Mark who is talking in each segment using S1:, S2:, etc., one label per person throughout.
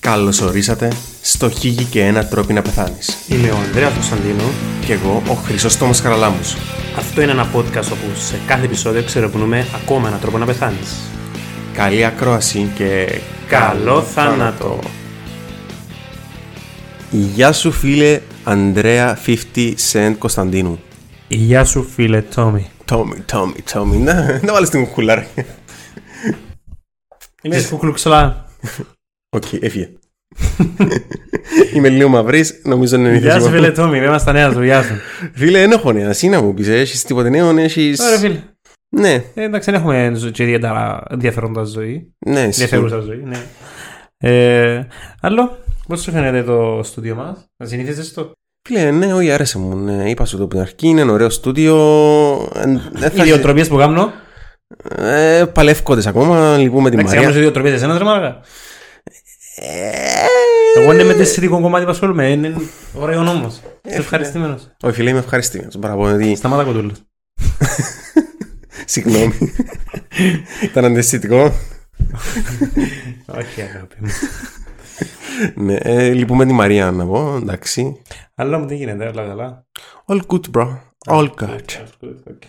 S1: Καλώς ορίσατε στο Χίγη και ένα τρόπο να πεθάνεις.
S2: Είμαι ο Ανδρέας Κωνσταντίνο.
S1: Κι εγώ ο Χρυσόστομος Χαραλάμπους.
S2: Αυτό είναι ένα podcast όπου σε κάθε επεισόδιο ξερευνούμε ακόμα έναν τρόπο να πεθάνεις.
S1: Καλή ακρόαση και...
S2: Καλό θάνατο!
S1: Γεια σου φίλε Ανδρέα 50 Cent Κωνσταντίνου.
S2: Γεια σου φίλε Τόμι.
S1: Τόμι, Τόμι, Τόμι. Να, να βάλεις την κουκούλα ρε.
S2: Είμαι κουκλουξλά.
S1: Οκ, έφυγε. Είμαι λίγο μαυρής, νομίζω είναι η
S2: Γεια
S1: θέση
S2: σου
S1: μου.
S2: φίλε Τόμι, είμαστε νέας του, γεια σου.
S1: Φίλε, δεν έχω νέα, εσύ να μου πεις, έχεις τίποτε νέο, έχεις...
S2: Ωραία φίλε.
S1: Ναι,
S2: Ε, Εντάξει, δεν έχουμε ζω- και ιδιαίτερα ενδιαφέροντα ζωή.
S1: ναι, εσύ.
S2: Ενδιαφέρουσα ζωή, ναι. Ε, Άλλο, πώς σου φαίνεται το στούντιο μας, να συνήθιζες το.
S1: Φίλε, ναι, όχι, άρεσε μου, ναι, είπα σου το από την αρχή, είναι ένα ωραίο στούντιο... εν-
S2: Ε,
S1: δεν θα-
S2: Ιδιοτροπίες που κάνω.
S1: Ε, παλεύκονται ακόμα, λυπούμε την
S2: Εντάξει, κάνω
S1: Μαρία.
S2: σε ιδιοτροπίες εσένας ρε μάρακα.
S1: Ε,
S2: Εγώ είναι με τη σχετικό κομμάτι που ασχολούμαι. Ε, Είναι ωραίος όμω. Είσαι ευχαριστημένος.
S1: Όχι, φίλε, είμαι ευχαριστημένος. Μπράβο, γιατί.
S2: Σταμάτα κοντούλας.
S1: Συγγνώμη. Ήταν αντιστοιχικό.
S2: Όχι, αγάπη μου.
S1: Ναι, ε, λυπούμε τη Μαρία να πω. Εντάξει.
S2: Αλλά μου τι γίνεται, όλα καλά.
S1: All good, bro. All good.
S2: Οκ.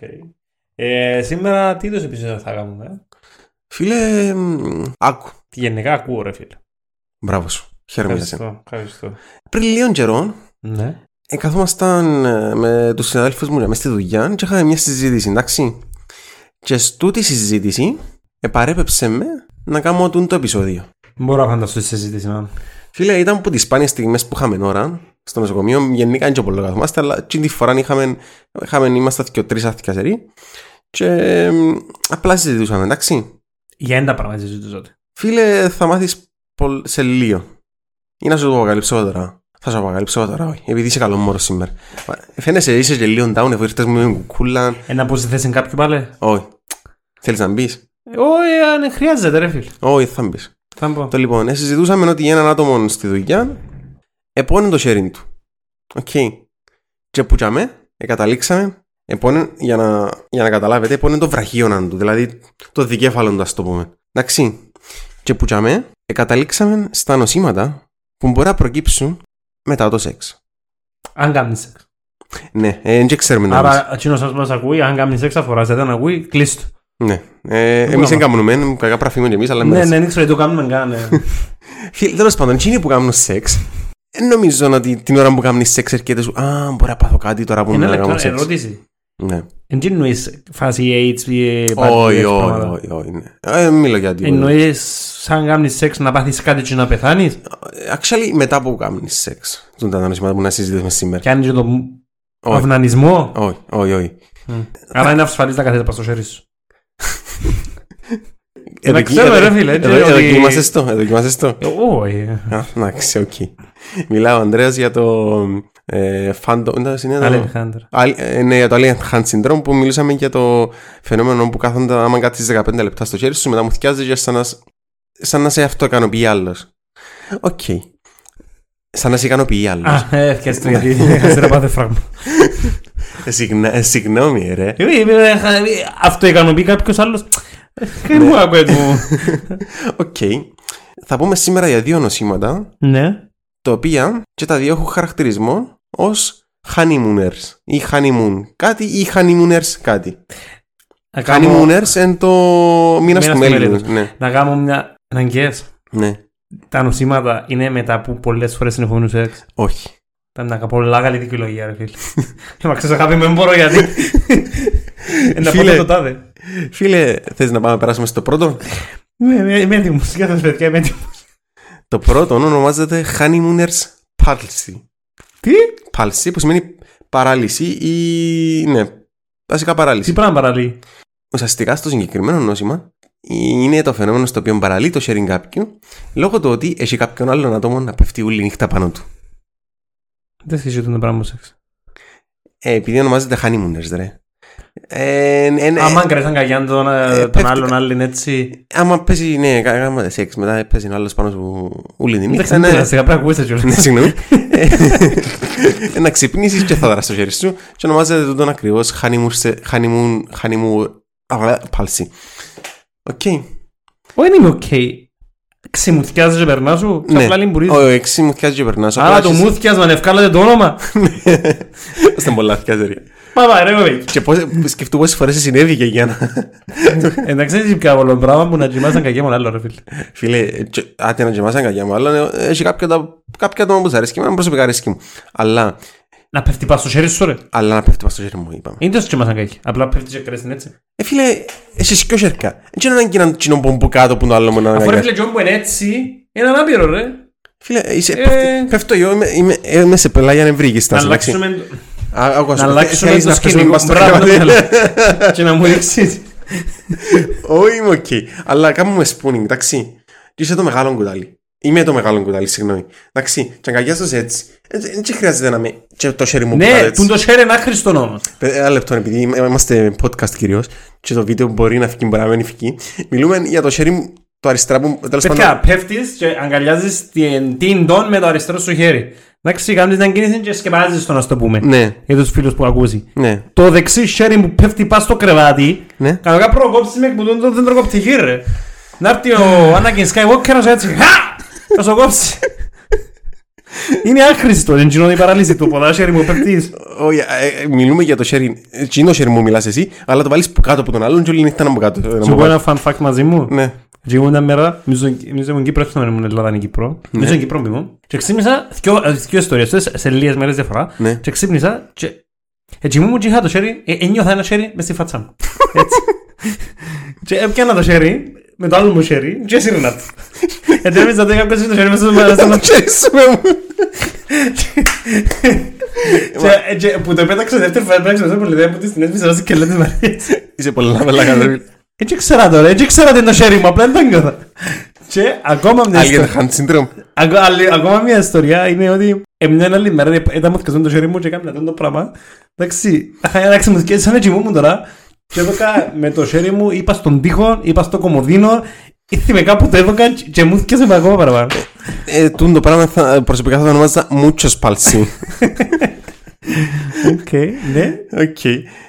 S2: Ε, σήμερα τι είδος επεισόδιο θα κάνουμε. ε?
S1: Φίλε, μ, άκου.
S2: Τι γενικά ακούω, ρε φίλε.
S1: Μπράβο σου. Χαίρομαι για σένα.
S2: Ευχαριστώ. ευχαριστώ.
S1: Πριν λίγων καιρών,
S2: Ναι.
S1: ε, καθόμασταν ε, με τους συναδέλφους μου μες στη δουλειά και είχαμε μια συζήτηση, εντάξει. Και στούτη συζήτηση επαρέπεψε με να κάνω τούτο το επεισόδιο.
S2: Μπορώ να φανταστώ τη συζήτηση να.
S1: Φίλε, ήταν από τις σπάνιες στιγμές που είχαμε ώρα στο νοσοκομείο. Γενικά είναι και πολύ καθόμαστε, αλλά την τη φορά είχαμε, είχαμε, είμαστε και τρει άθηκα σερή. Και εμ, απλά συζητούσαμε, εντάξει.
S2: Για ένα πράγμα συζητήσω τότε.
S1: Φίλε, θα μάθεις πολ- σε λίγο. Ή να σου το αποκαλύψω τώρα. Θα σου αποκαλύψω τώρα, όχι. Επειδή είσαι καλό μόρο σήμερα. Μα, Φαίνεσαι, είσαι και λίγο down, αφού ήρθες με μια κουκούλα.
S2: Ένα πω στη θέση κάποιου πάλι.
S1: Όχι. Θέλεις να μπεις.
S2: Ε, Όχι, αν χρειάζεται, ρε φίλε.
S1: Όχι, θα μπεις.
S2: Θα πω.
S1: Το λοιπόν, ε, συζητούσαμε ότι για έναν άτομο στη δουλειά επώνε το sharing του. Οκ. Και πουτσαμε, εγκαταλήξαμε, επώνε, για, να, για να καταλάβετε, επώνε το βραχίωναν του, δηλαδή το δικέφαλον του, ας το πούμε. Εντάξει. Και πουτσαμε, εγκαταλήξαμε στα νοσήματα που μπορεί να προκύψουν μετά το σεξ.
S2: Αν κάνεις σεξ.
S1: Ναι, ε, δεν ξέρουμε να μας.
S2: Άρα, εκείνο σα μας ακούει, αν κάνει σεξ, αφοράζεται να ακούει, κλείστο.
S1: Ναι. Ε,
S2: Το
S1: εμείς δεν
S2: πράγμα.
S1: κάνουμε, κακά πραφήμουν και εμείς, αλλά
S2: Ναι,
S1: εμείς.
S2: ναι, δεν ξέρω τι το κάνουμε καν. ε.
S1: Φίλε, τέλος πάντων, εκείνοι που κάνουν σεξ, δεν νομίζω ότι την ώρα που κάνουν σεξ έρχεται σου «Α, μπορεί να πάθω κάτι τώρα που
S2: Ένα
S1: να
S2: λεπτό,
S1: κάνω σεξ».
S2: ερώτηση.
S1: Ναι.
S2: Εν τι εννοείς φάση ε, AIDS ή
S1: Όχι, όχι, όχι, όχι, ναι. Ε, δεν Μιλώ για τίποτα.
S2: Εννοείς σαν κάνεις σεξ να πάθεις κάτι και να πεθάνεις
S1: Actually, μετά που κάνουν σεξ, τον τα νοσήματα που να συζητήσουμε σήμερα.
S2: Κάνεις και τον
S1: Όχι.
S2: αυνανισμό
S1: Όχι, όχι, όχι.
S2: Άρα είναι ασφαλής να καθέσεις πάνω στο χέρι σου
S1: Εδώ-
S2: Ε, Να ξέρω,
S1: εδώ-
S2: ρε φίλε,
S1: εδώ-
S2: έτσι,
S1: εδώ
S2: ότι-
S1: δοκιμάσες το, εδώ δοκιμάσες το.
S2: Ε, Όχι
S1: Α, Εντάξει, οκ. Μιλάω ο Ανδρέας για το ε, φάντο... εντάξει, είναι το-
S2: Αλεξάνδρ
S1: Άλλη- ε, Ναι, για το Alien Hand Syndrome που μιλούσαμε για το φαινόμενο που κάθονται άμα κάτσεις 15 λεπτά στο χέρι σου, μετά μου θυκιάζεις και σαν να, σ- σαν να σε αυτοικανοποιεί άλλος. Οκ. Σαν να σε ικανοποιεί άλλος.
S2: Α, έφτιαξε το γιατί έχασε να πάθε φράγμα
S1: Ε, συγγνώ- ε, Συγγνώμη, ρε.
S2: Ε, ε, ε, ε, Αυτό ικανοποιεί κάποιος άλλος Ε, Τι μου ακούει μου
S1: Οκ. Θα πούμε σήμερα για δύο νοσήματα,
S2: Ναι
S1: τα οποία και τα δύο έχουν χαρακτηρισμό ως honeymooners ή honeymoon κάτι ή honeymooners κάτι.
S2: Να Ε, κάνω-
S1: Honeymooners εν το μήνας
S2: Μήνας
S1: του
S2: του
S1: μέλλοντος.
S2: μέλλοντος.
S1: Ναι,
S2: Να κάνω μια αναγκαίες
S1: ναι.
S2: Τα νοσήματα είναι μετά που πολλές φορές συνεχόμενους σεξ
S1: Όχι.
S2: Ήταν να πω λάγα λίγη δικαιολογία, ρε φίλε. Μα ξέρεις αγάπη μου, δεν μπορώ γιατί. Ε, Να πω
S1: Φίλε.
S2: το τάδε.
S1: Φίλε, θες να πάμε να περάσουμε στο πρώτο.
S2: Ναι, ε, Είμαι έτοιμος, για σας παιδιά, είμαι έτοιμος.
S1: Το πρώτο ονομάζεται Honeymooners Palsy.
S2: Τι?
S1: Palsy που σημαίνει παράλυση ή... ναι, βασικά
S2: Τι
S1: παράλυση.
S2: πράγμα παραλύει.
S1: Ουσιαστικά στο συγκεκριμένο νόσημα είναι το φαινόμενο στο οποίο παραλύει το sharing κάποιου λόγω του ότι έχει κάποιον άλλον άτομο να πέφτει όλη νύχτα πάνω του.
S2: Δεν σχέση το πράγμα μου σεξ.
S1: Ε, επειδή ονομάζεται Honeymooners, ρε. Ε, ε, ε,
S2: Άμα κρατήσαν καγιάν τον, ε,
S1: ε,
S2: τον
S1: πέφτει
S2: άλλον
S1: κα-
S2: άλλην έτσι.
S1: άμα πέσει, ναι, κα- άμα σεξ, μετά πέσει ο άλλος πάνω σου όλη τη
S2: Δεν
S1: νύχτα.
S2: ξέρω,
S1: ναι.
S2: σιγά πρέπει να ακούσεις
S1: Ναι,
S2: κιόλας.
S1: συγγνώμη. Ε, να ξυπνήσεις και θα δράσει το χέρι σου. Και ονομάζεται τον ακριβώς honeymoon. σε- honeymoon. honeymoon. Παλσί. Οκ.
S2: Όχι, δεν είμαι οκ. Ξημουθιάζεις και περνάς σου, και
S1: Ναι.
S2: απλά λιμπουρίζει.
S1: Ο εξή μου θυκιάζει και περνάς.
S2: Άρα το μουθιάσμα, ευκάλατε το όνομα.
S1: Στην πολλά θυκιάζει ρε.
S2: Παπα, ρε, βέβαια.
S1: Και πώς, σκεφτού πόσες φορές συνέβηκε για να...
S2: Εντάξει, δεν ζήκα όλο πράγμα που να τζιμάζαν κακιά μόνο άλλο, ρε φίλε.
S1: Φίλε, τσε- άντε να γεμάσαι αγκαλιά μου, αλλά ε, έχει κάποια, τα- κάποια άτομα που σ' αρέσκει, εμένα προσωπικά αρέσκει μου. Αλλά,
S2: Να πέφτει πα στο χέρι σου, ρε.
S1: αλλά να πέφτει πάνω στο χέρι μου, είπαμε.
S2: Είναι τόσο τζιμάζαν κακιά. Απλά πέφτεις και κρέστη έτσι.
S1: Ε, φίλε, εσύ και σερκά. Δεν ξέρω αν είναι έναν κοινό μπομπού κάτω που το άλλο μου να
S2: Αφού ρε
S1: αγκαλιάσει.
S2: φίλε, τζιόν που είναι έτσι, είναι ανάπηρο, ρε.
S1: Φίλε, είσαι,
S2: Ε.
S1: πέφτει- πέφτω εγώ, είμαι, είμαι, ε, είμαι σε πελάγια νευρίγης.
S2: Να
S1: Να αλλάξουμε.
S2: αλλάξουμε. το-
S1: Άκουα
S2: Να
S1: σου,
S2: αλλάξουμε
S1: θέλεις
S2: το
S1: να πέσουμε πάνω
S2: σκηνικό.
S1: στο
S2: Μπράβο,
S1: κρεβάτι.
S2: ναι, αλλά- Και να μου ρίξεις.
S1: Όχι, είμαι οκ. Αλλά κάνουμε spooning, εντάξει. Και είσαι το μεγάλο κουτάλι. Είμαι το μεγάλο κουτάλι, συγγνώμη. Εντάξει, και αγκαλιάζω έτσι. ε, Δεν χρειάζεται να με. Και το χέρι μου που κάνω
S2: Ναι,
S1: έτσι.
S2: που το χέρι είναι άχρηστο όμω.
S1: Παι- Ένα λεπτό, επειδή είμα- είμαστε podcast κυρίως και το βίντεο μπορεί να φύγει, μπορεί να μην φύγει. Μιλούμε για το χέρι μου, το αριστερά που τέλος πάντων.
S2: Παιδιά, Ε, πέφτεις και αγκαλιάζεις την τιντον με το αριστερό σου χέρι. Εντάξει, κάνεις την κίνηση και σκεπάζεις το να στο πούμε.
S1: Ναι,
S2: Για τους φίλους που ακούσεις.
S1: ναι,
S2: Το δεξί χέρι που πέφτει πας στο κρεβάτι,
S1: ναι.
S2: κανονικά προκόψεις με που τον δεντροκοπτική ρε. Να έρθει ο Anakin Skywalker να σου έτσι, χα! Να σου κόψει. Είναι άχρηστο, δεν κοινώνει η παραλύση του ποδάσχερι μου πέφτεις.
S1: Όχι, ε, ε, μιλούμε για το χέρι. Τι είναι το χέρι μου, μιλάς εσύ, αλλά το βάλεις που κάτω από τον άλλον και όλη νύχτα να μου κάτω. ε, να
S2: Σου
S1: μου
S2: πω
S1: κάτω.
S2: ένα fun fact μαζί μου.
S1: Ναι,
S2: Και ήμουν μια μέρα, νομίζω νομίζω ήμουν Κύπρος, δεν ήμουν Ελλάδα, είναι Κύπρο. Νομίζω είναι Κύπρο, μου. Και ξύπνησα, δυο, ε, δυο ιστορίες, τες, σε λίγες μέρες διαφορά.
S1: Ναι.
S2: Και ξύπνησα και... Έτσι μου και είχα το χέρι, ε, ένιωθα ένα χέρι μες στη φάτσα μου. Έτσι. και έπιανα το χέρι, με το άλλο μου χέρι, και σύρνα του. Εντρέμιζα το είχα πέσει το χέρι μέσα στο μέσα
S1: το
S2: στο-
S1: χέρι σου, με μου.
S2: Και- ε, και Που το πέταξε δεύτερη φορά, πέταξε τόσο πολύ, δεν που την έσπισα μέσα και λέω της Μαρίας.
S1: Είσαι πολλά βελά κάτω.
S2: Έτσι ξέρα τώρα, έτσι ξέρα τι είναι το χέρι μου, απλά δεν το νιώθα. Και ακόμα μια ιστορία.
S1: Αλγεν Χαντ Syndrome.
S2: Ακο- άλλη- Ακόμα μια ιστορία είναι ότι μια άλλη μέρα ήταν μαθηκαζόν το χέρι μου και έκανα αυτό το πράγμα. Εντάξει, είχα ένα ξεμουθικέ σαν έτσι μου τώρα. Και έδωκα με το χέρι μου, είπα στον τοίχο, είπα στο κομμωδίνο, ήρθε κάπου το έδωκα και- και μου θυκέσε με ακόμα παραπάνω.
S1: Ε, Τούν το πράγμα θα- προσωπικά θα το ονομάζα Μούτσο Παλσί.
S2: Οκ, ναι.
S1: Οκ.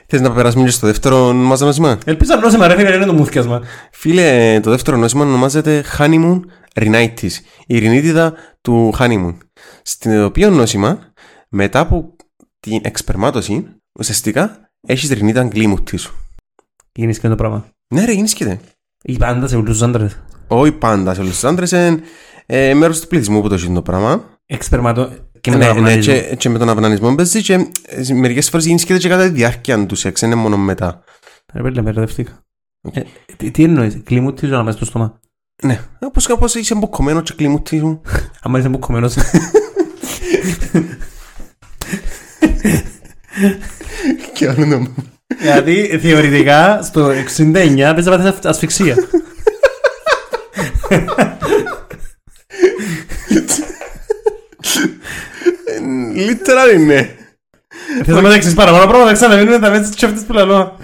S1: Θες να περάσουμε και στο δεύτερο μας νόημα.
S2: Ελπίζω να νόημα ρε φίλε, είναι το μουθιάσμα.
S1: Φίλε, το δεύτερο νόημα ονομάζεται Honeymoon Rhinitis, η ρινίτιδα του Honeymoon. Στην οποία νόσημα, μετά από την εξπερμάτωση, ουσιαστικά έχεις ρινίτα αγκλίμουτη σου.
S2: Γίνεις και το πράγμα.
S1: Ναι, ρε, γίνησκεται.
S2: Η πάντα σε όλους τους άντρες.
S1: Όχι πάντα σε όλους τους άντρες, ε, ε, μέρος του πληθυσμού που το ζει το πράγμα.
S2: Εξπερμάτω και
S1: ναι,
S2: μετά
S1: ναι, και, και με τον αυνανισμό παίζει, και ε, μερικές φορές γίνησκεται και κατά τη διάρκεια του σεξ, δεν είναι μόνο μετά.
S2: Ρε πέλε, με ρεδευτήκα. Ε, τι- Τι εννοείς, κλίμου τι ζωά μέσα στο στόμα.
S1: Ναι, όπως κάπως είσαι μποκωμένο και κλιμούτη σου.
S2: Άμα είσαι μπουκωμένος.
S1: και άλλο νόμο.
S2: Γιατί Δηλαδή, θεωρητικά στο 69 πρέπει να πάθεις ασφυξία.
S1: Λίτερα είναι.
S2: Θες να μεταξύσεις παραπάνω πράγματα, ξαναμείνουμε τα μέσα στις αυτές που λαλώ.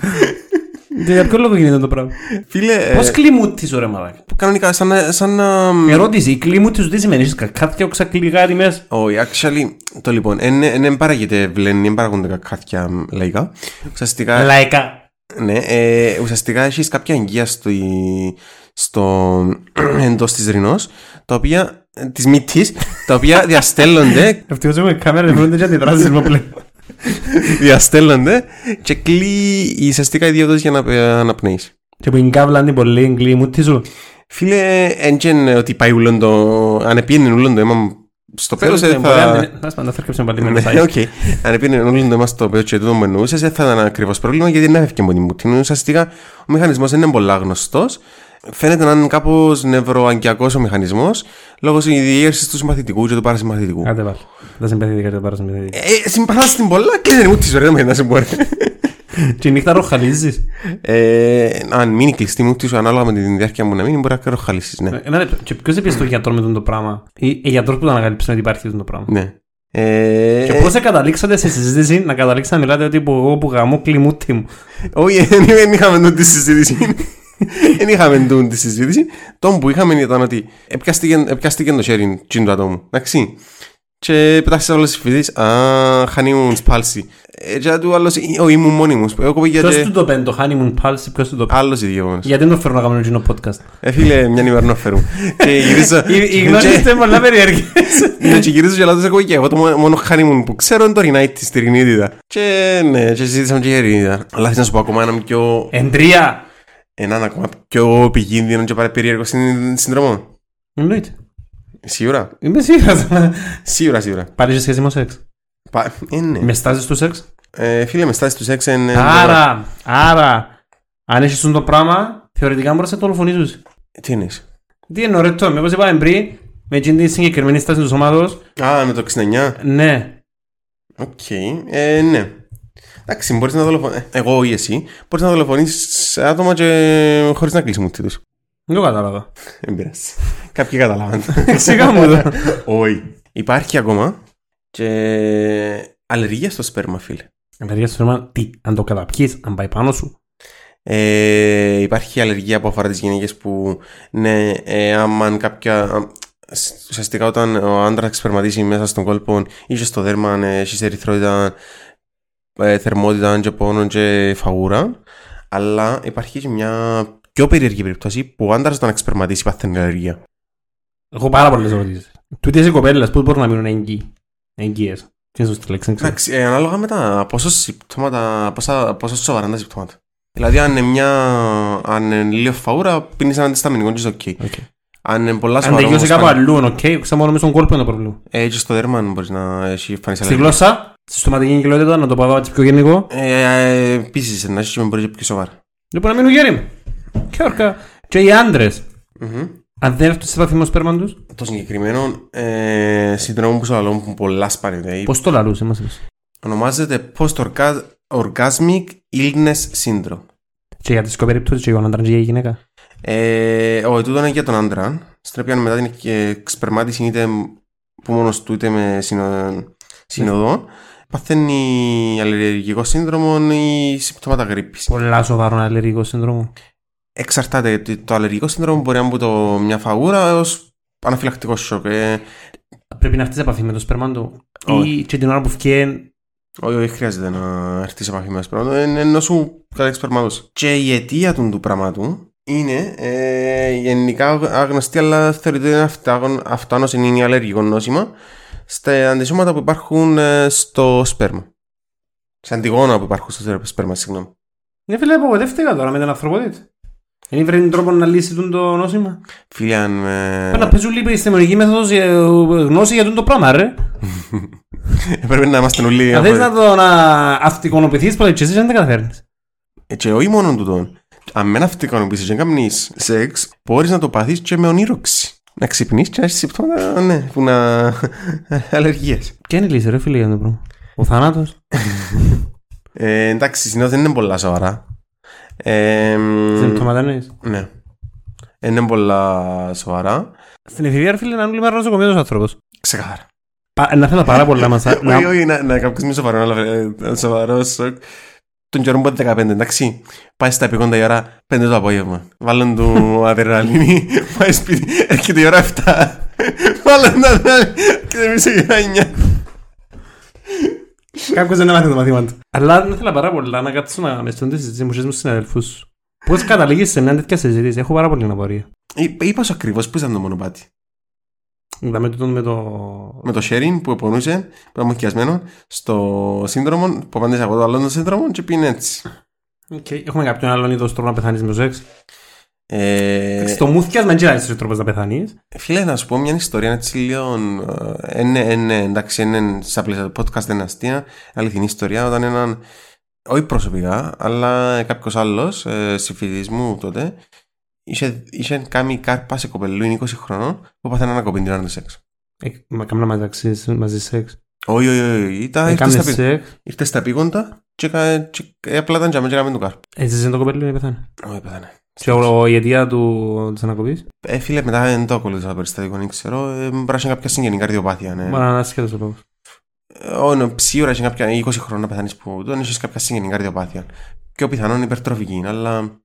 S2: Για ποιο λόγο γίνεται το πράγμα.
S1: Φίλε, ε,
S2: Πώς κλιμούτης ωραία μαλάκα.
S1: κανονικά, σαν να. Σαν να...
S2: Ερώτηση, η κλιμούτης δεν σημαίνει έχεις κακάθια ξακλιγάρι μέσα.
S1: Όχι, actually, το λοιπόν, δεν παράγεται βλένη, δεν παράγονται κακάθια μ, λαϊκά.
S2: Ε.
S1: Ουσιαστικά,
S2: Λαϊκά.
S1: ναι, ε, ουσιαστικά έχεις κάποια αγγεία στο, στο εντός της ρινός, τα οποία, ε, της μύτης, τα οποία διαστέλλονται,
S2: Ευτυχώς έχουμε κάμερα, δεν φαίνονται και αντιδράσεις μου πλέον.
S1: διαστέλλονται και κλείει η ουσιαστικά η διόδος για να ε, αναπνέεις.
S2: Και που είναι καύλα είναι πολύ η κλιμούτη σου.
S1: Φίλε, έντια ότι πάει ούλον το, αν επίενε ούλον το αίμα στο πέρος, ε, θα...
S2: Ας πάντα θα έρκεψε πάλι με
S1: Ναι,
S2: μετά.
S1: οκ. Αν επίνε όλο το μας το οποίο και τούτο μου εννοούσες, δεν θα ήταν ακριβώς πρόβλημα γιατί δεν έφυγε μόνη μου. Την ουσιαστικά ο μηχανισμός δεν είναι πολλά γνωστός. Φαίνεται να είναι κάπως νευροαγκιακός ο μηχανισμός λόγω συνδιέρεσης του συμπαθητικού και του παρασυμπαθητικού.
S2: Άντε βάλ. Δεν συμπαθήθηκα, δεν παρασυμπαθήθηκα.
S1: Ε, συμπαθάς την πολλά και δεν μου τη ωραία να σε μπορεί.
S2: Και η νύχτα ροχαλίζεις.
S1: Ε, αν μείνει κλειστή μου τη ανάλογα με την διάρκεια μου να μείνει, μπορεί να καροχαλίσει. Ναι.
S2: Ένα λεπτό. Ε, Και ποιος επίσης το γιατρό με τον το πράγμα. Ή ή γιατρός που το ανακαλύψαμε ότι υπάρχει αυτό το πράγμα.
S1: ναι. Ε,
S2: Και πώς θα καταλήξατε σε συζήτηση να καταλήξετε να μιλάτε ότι που εγώ που γαμώ κλιμούτι μου.
S1: Όχι, δεν είχαμε τούτη τη συζήτηση. Δεν είχαμε τούτη τη συζήτηση. Το που είχαμε ήταν ότι επιάστηκε το χέρι τσιν του ατόμου. Εντάξει. Και πετάξεις άλλο φοιτητή. Α, χανίμουν σπάλση. Ε, και του άλλος, ο ήμουν μόνιμο. Εγώ πήγα
S2: Ποιος του
S1: και.
S2: το πέντε, το honeymoon pulse, ποιος του το πέντε.
S1: Άλλο ιδιώμα.
S2: Γιατί δεν το φέρνω να κάνουμε ένα podcast.
S1: Ε, φίλε, μια νημερινό φέρου. και γυρίζω.
S2: Οι- Οι γνώσεις
S1: και-
S2: είναι πολλά περίεργες.
S1: ναι, και γυρίζω και λέω εγώ και εγώ το μόνο- μόνο honeymoon που ξέρω είναι το Renite τη Τρινίτιδα. Και ναι, και συζήτησαμε και για Τρινίτιδα. Αλλά θέλω να σου πω ακόμα έναν πιο,
S2: Εν τρία.
S1: έναν ακόμα πιο επικίνδυνο και παραπερίεργο συν- σύνδρομο.
S2: Εννοείται.
S1: Σίγουρα,
S2: Είμαι σίγουρος.
S1: σίγουρα, σίγουρα.
S2: Πάλι είσαι σχέση με σεξ.
S1: Πα- ε, ναι.
S2: Με στάσεις του σεξ.
S1: Ε, ναι, φίλε, με στάση του σεξ
S2: Ε,
S1: είναι.
S2: ναι, Άρα, άρα, αν έχεις αυτό το πράγμα, θεωρητικά μπορείς να το δολοφονήσεις.
S1: ναι. Τι εννοείς?
S2: Τι εννοώ ρε Τόμι, όπως είπαμε πριν, με εκείνη τη συγκεκριμένη στάση του σώματος,
S1: Α, με το 69.
S2: ναι.
S1: Οκ. Ε, ναι. Εντάξει, μπορείς να δολοφονήσει. Εγώ ή εσύ, μπορείς να δολοφονήσεις άτομα και χωρίς να κλείσει μούτι του.
S2: Δεν το κατάλαβα.
S1: Δεν πειράζει. Κάποιοι καταλάβαν.
S2: Ξηγά μου το.
S1: Όχι. Υπάρχει ακόμα και αλλεργία στο σπέρμα, φίλε.
S2: Αλλεργία στο σώμα, τι, αν το καταπιείς, αν πάει πάνω σου.
S1: Ε, υπάρχει αλλεργία που αφορά τις γυναίκες που ναι, ε, άμα κάποια. α, σ- Ουσιαστικά όταν ο άντρας σπερματίσει μέσα στον κόλπο ή και στο δέρμα, ε, έχεις ερυθρότητα, ε, θερμότητα, και πόνο και φαγούρα. Αλλά υπάρχει και μια πιο περίεργη περίπτωση που ο άντρας όταν εξπερματίσει παθαίνει αλλεργία.
S2: Έχω πάρα πολλές ερωτήσεις. Τούτες οι κοπέλες πώς μπορούν να μείνουν εγγύοι. Εγγύες. Τι είναι σωστή λέξη, δεν ξέρω.
S1: Εντάξει, ε, ανάλογα με τα πόσο συμπτώματα, πόσα, πόσο σοβαρά είναι τα συμπτώματα. Δηλαδή, αν είναι μια. αν είναι λίγο φαούρα, πίνει ένα αντισταμινικό και οκ.
S2: Οκ.
S1: Αν είναι πολλά
S2: Αν
S1: σοβαρά.
S2: τελειώσει
S1: όμως,
S2: κάπου
S1: πάλι-
S2: αλλού, είναι οκ, ξέρω μόνο μες στον κόλπο είναι το πρόβλημα.
S1: Ε, ναι. και στο δέρμα μπορείς να έχει φανεί
S2: Στη γλώσσα, στη στοματική κυκλότητα, να το πάω έτσι πιο γενικό.
S1: Ε, Επίσης, να έχει μπορεί και πιο σοβαρα
S2: Λοιπόν, να μείνουν γέροι μου. Και όρκα. Και οι άντρες, αν δεν έρθουν σε επαφή με το σπέρμα τους,
S1: Το συγκεκριμένο ε, σύνδρομο που σου λέω που πολλά σπάνιο. δηλαδή
S2: πώς το λαλούσε μα.
S1: Ονομάζεται Post-Orgasmic Illness Syndrome.
S2: Και για τι σκοπερίπτωση, και για τον άντρα, και για η γυναίκα.
S1: Ε, ο ετούτο είναι για τον άντρα. Στην οποία μετά την εξπερμάτιση είτε που μόνος του είτε με
S2: Ναι.
S1: συνο... συνοδό. Παθαίνει αλλεργικό σύνδρομο ή συμπτώματα γρήπης.
S2: Πολλά σοβαρό αλλεργικό σύνδρομο.
S1: Εξαρτάται γιατί το αλλεργικό σύνδρομο μπορεί να είναι από το μια φαγούρα έως αναφυλακτικό σοκ. Ε,
S2: Πρέπει να έρθεις σε επαφή με το σπέρμα του.
S1: Όχι.
S2: Ή και την ώρα που φκέν.
S1: όχι, όχι, χρειάζεται να έρθεις σε επαφή με το πράγμα. Είναι ενώ σου κατά εξπερμάτωση. Και η αιτία του, του πράγματου είναι ε, γενικά άγνωστη, αλλά θεωρείται ένα αυτάγον- αυτάνος είναι αλλεργικό νόσημα στα αντισώματα που υπάρχουν ε, στο σπέρμα. Σε αντιγόνα που υπάρχουν στο σπέρμα, συγγνώμη.
S2: Ναι, φίλε, απογοητεύτηκα τώρα με την ανθρωπότητα. Δεν βρήκε τρόπο να λύσει τον το νόσημα.
S1: Φίλε, αν. ε,
S2: Πρέπει να παίζουν λίγο επιστημονική μέθοδος ε, γνώση για τον το πράγμα, ρε.
S1: Πρέπει να είμαστε ε, όλοι.
S2: Αν θες να το να αυτοικονοποιηθεί, πρώτα και εσύ δεν τα καταφέρνεις.
S1: Ε, Και όχι μόνο τούτον. Αν με αυτοκανοποιήσει και κάνεις σεξ, μπορείς να το παθεί και με ονείροξη. Να ξυπνήσεις και να έχεις συμπτώματα ναι, που να. αλλεργίες.
S2: Ποια είναι η λύση, ρε φίλε, για αυτό το πράγμα. Ο θάνατος.
S1: Ε, εντάξει, συνήθως δεν είναι πολλά σοβαρά. Ε, μ,
S2: Συμπτώματα εννοείς.
S1: ναι. Δεν είναι πολλά σοβαρά.
S2: Στην εφηβεία, ρε φίλε, να είναι όλη μέρα νοσοκομείο τους άνθρωπος.
S1: Ξεκάθαρα.
S2: Να θέλω πάρα πολλά μα.
S1: Ε, Όχι, όχι, να, να κάποιο με σοβαρό, αλλά ε, ε, σοβαρό σοκ. Τον καιρό που ήταν 15, εντάξει. Πάει στα επικόντα η ώρα 5 το απόγευμα. Βάλουν του αδερναλίνη, πάει σπίτι, έρχεται η ώρα 7. Βάλουν τα αδερναλίνη, και εμεί η ώρα 9.
S2: Κάποιος δεν έμαθε το μαθήμα του. Αλλά να θέλω πάρα πολλά να κάτσω να με στον τη συζήτηση μου με του συναδελφού σου. Πώ καταλήγεις σε μια τέτοια συζήτηση, έχω πάρα πολύ απορία.
S1: Είπα- Είπα σου ακριβώς πού ήταν το μονοπάτι.
S2: Είδαμε τούτον με το.
S1: Με το sharing που επονούσε, που ήταν μοχιασμένο, στο σύνδρομο, που απάντησε από το άλλο το σύνδρομο, και πήγαινε έτσι.
S2: Οκ, Έχουμε κάποιον άλλον είδος τρόπο να πεθάνεις με σεξ.
S1: Ε,
S2: Στο μούθιασμα δεν ξέρει τρόπος να πεθάνεις.
S1: Φίλε, να σου πω μια ιστορία έτσι λίγο. ε, Είναι, είναι, εντάξει, είναι στα πλαίσια του podcast, δεν είναι αστεία. Αληθινή ιστορία όταν έναν. Όχι προσωπικά, αλλά κάποιος άλλος ε, συμφοιτητή μου τότε είχε, είχε κάνει κάρπα σε κοπελού, είναι 20 χρονών, που πάθανε ανακοπή την ώρα του σεξ.
S2: Ε, Μα κάμνα μεταξύ μαζί σεξ.
S1: Όχι, όχι, όχι. όχι, Ήταν, ήρθε,
S2: Έκανε
S1: στα, πι-
S2: σεξ.
S1: ήρθες στα πήγοντα και, κα- και- ε, απλά ήταν τζαμί και έκαμε του κάρπ.
S2: Έτσι δεν Ε, το κοπέλι πεθάνε.
S1: Όχι, πέθανε.
S2: Και ο- η αιτία του της ανακοπής.
S1: Ε, φίλε, μετά δεν το ακολούθησα περιστατικό, δεν ξέρω. Ε, πράσινε κάποια συγγενή καρδιοπάθεια. Ναι.
S2: Μπορεί να είναι ασχέτω ο λόγο.
S1: Όνο, Ε, σίγουρα έχει κάποια 20 χρόνια να πεθάνεις που δεν έχεις κάποια συγγενή καρδιοπάθεια. Πιο πιθανόν υπερτροφική, αλλά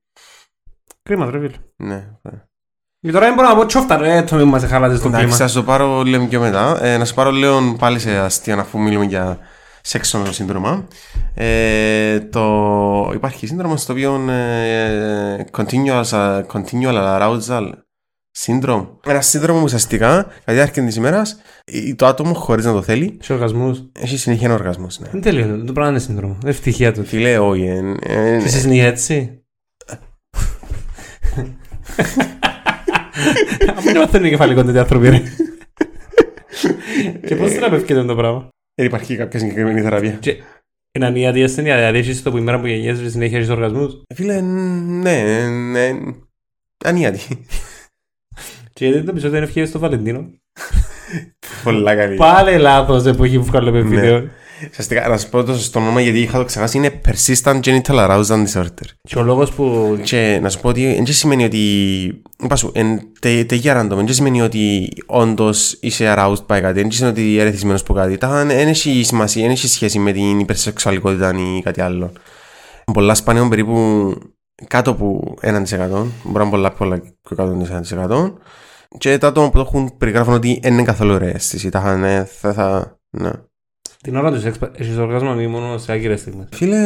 S2: Κρίμα, ρε φίλε.
S1: ναι. ε.
S2: Και τώρα δεν μπορώ να πω τσόφτα ρε, το μην μας χαλάτε στο
S1: Εντάξει,
S2: κλίμα.
S1: θα σου το πάρω λίγο πιο μετά. Ε, να σου πάρω λίγο πάλι σε αστείο, αφού μιλούμε για σεξουαλικό σύνδρομα. Ε, το... Υπάρχει σύνδρομο στο οποίο. Ε, continuous, continual arousal syndrome. Ένα σύνδρομο που ουσιαστικά κατά τη διάρκεια της ημέρας το άτομο χωρίς να το θέλει
S2: Σε οργασμούς.
S1: έχει συνέχεια ένα οργασμό. Ναι.
S2: Δεν τελείωνε, το πράγμα είναι σύνδρομο. Δεν ευτυχία του.
S1: Φίλε, όχι. εν- εν-
S2: Και εσείς είναι έτσι. Αφού δεν μαθαίνουν κεφαλικό τέτοια άνθρωποι ρε. Και πώς θεραπεύκεται το πράγμα.
S1: Δεν υπάρχει κάποια συγκεκριμένη θεραπεία.
S2: Και έναν ιατρή ασθένεια, δηλαδή έχεις το που η μέρα που γεννιέσαι συνέχεια έχεις οργασμούς.
S1: Φίλε, ναι, ναι. Ανίατη.
S2: Και γιατί το επεισόδιο είναι ευχές στο Βαλεντίνο.
S1: Πολλά καλή.
S2: Πάλι λάθος εποχή που βγάλω με βίντεο.
S1: Ουσιαστικά, να σα πω το σωστό όνομα γιατί είχα το ξεχάσει, είναι Persistent Genital Arousal Disorder.
S2: Και ο λόγος που...
S1: Και να σου πω ότι δεν σημαίνει ότι. Πάσου, τελεία random, δεν σημαίνει ότι όντως είσαι aroused by κάτι, δεν σημαίνει ότι είσαι ερεθισμένος που κάτι. Τα δεν έχει σημασία, δεν έχει σχέση με την υπερσεξουαλικότητα ή κάτι άλλο. Πολλά σπανίων περίπου κάτω από 1%, μπορεί να είναι πολλά πολλά και κάτω από 1%. Και τα άτομα που το έχουν περιγράφουν ότι δεν είναι καθόλου ωραία αίσθηση. Τα είχαν, ε, θα. θα ναι.
S2: Την ώρα τους σεξ έχεις οργασμό ή μόνο σε άγκυρες στιγμές.
S1: Φίλε,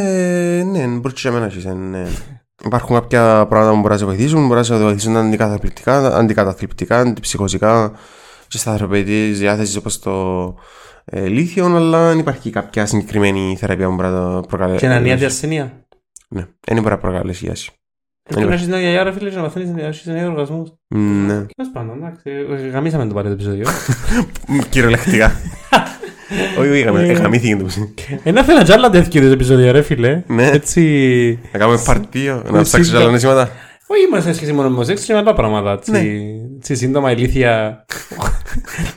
S1: ναι, μπορείς και για μένα και εσένα, ναι. Υπάρχουν κάποια πράγματα που μπορείς να σε βοηθήσουν, μπορείς να σε βοηθήσουν τα αντικαταθλιπτικά, αντικαταθλιπτικά, αντιψυχωσικά και στα θεραπευτική διάθεση όπως το ε, λίθιο, αλλά δεν υπάρχει κάποια συγκεκριμένη θεραπεία που μπορεί να προκαλέσει.
S2: Και έναν ιατρή ασθένεια.
S1: Ναι, δεν μπορεί να προκαλέσει γεια σου.
S2: Και να έχεις μια γιαγιά ρε φίλε και να μαθαίνεις να έχεις νέο οργασμούς.
S1: Ναι,
S2: Τέλος πάντων, εντάξει, ε, γαμίσαμε το παρέτο επεισόδιο.
S1: κυριολεκτικά. Όχι, όχι,
S2: Ε.
S1: είχαμε, χαμήθηκε το ψήν.
S2: Ένα θέλω κι άλλα τέτοια είδους επεισόδια ρε φίλε.
S1: Ναι.
S2: Έτσι...
S1: Να κάνουμε part 2, να
S2: Ε,
S1: ψάξεις
S2: σύντομα.
S1: άλλα νησίματα.
S2: Όχι μόνο σε σχέση μόνο με το σεξ και με άλλα πράγματα. Έτσι,
S1: Ναι.
S2: έτσι σύντομα ηλίθια...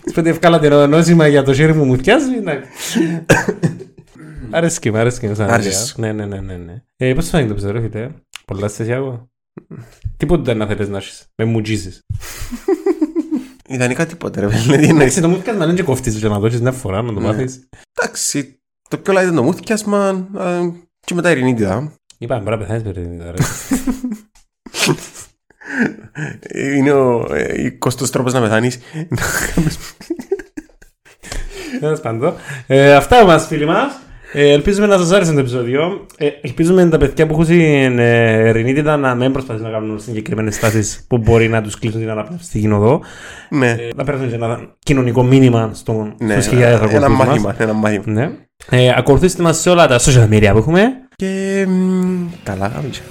S2: Της πέντε ευκάλα την νόσημα για το χέρι μου μου πιάζει. εντάξει. Αρέσκει με, αρέσκει με σαν ιδέα.
S1: Άρεσε σου.
S2: Ναι, ναι, ναι, ναι. ναι. Ε, πώς σου φάνηκε το επεισόδιο ρε φίλε. Πολλά αισθησιακό. Τίποτα να θέλεις να έχεις. Με μουτζίζεις.
S1: Ιδανικά τίποτα, ρε. Δηλαδή, εννοείς.
S2: Εντάξει, το μου πιάζει να είναι και κοφτίζεις και να δώσεις μια φορά να το
S1: Ναι.
S2: μάθεις.
S1: Εντάξει, το πιο light ήταν το μούθιασμα ε, και μετά η ειρηνίτιδα.
S2: Είπαμε πρέπει να πεθάνεις με την ρε.
S1: Είναι ο ε, κόστος τρόπος να μεθάνεις.
S2: Τέλος πάντων. Ε, αυτά μας φίλοι μας. Ε, ελπίζουμε να σας άρεσε το επεισόδιο. Ε, ελπίζουμε τα παιδιά που έχουν στην ε, ερηνίτιδα να μην προσπαθήσουν να κάνουν συγκεκριμένες στάσεις που μπορεί να τους κλείσουν την ανάπνευση στην κοινοδό.
S1: ναι,
S2: Ε, να παίρνουν και ένα κοινωνικό μήνυμα στον,
S1: ναι,
S2: στους
S1: ένα,
S2: χιλιάδες
S1: ένα
S2: ακολουθούς μας.
S1: μάθημα, ένα μάθημα.
S2: Ναι. Ε, ακολουθήστε μας σε όλα τα social media που έχουμε.
S1: Και μ, καλά, γάμισα.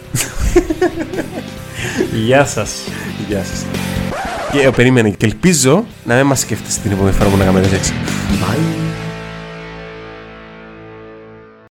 S2: Γεια σας.
S1: Γεια σας. Και ε, περίμενε και ελπίζω να μην μας σκέφτεστε την επόμενη φορά που να κάνετε σεξ. Bye.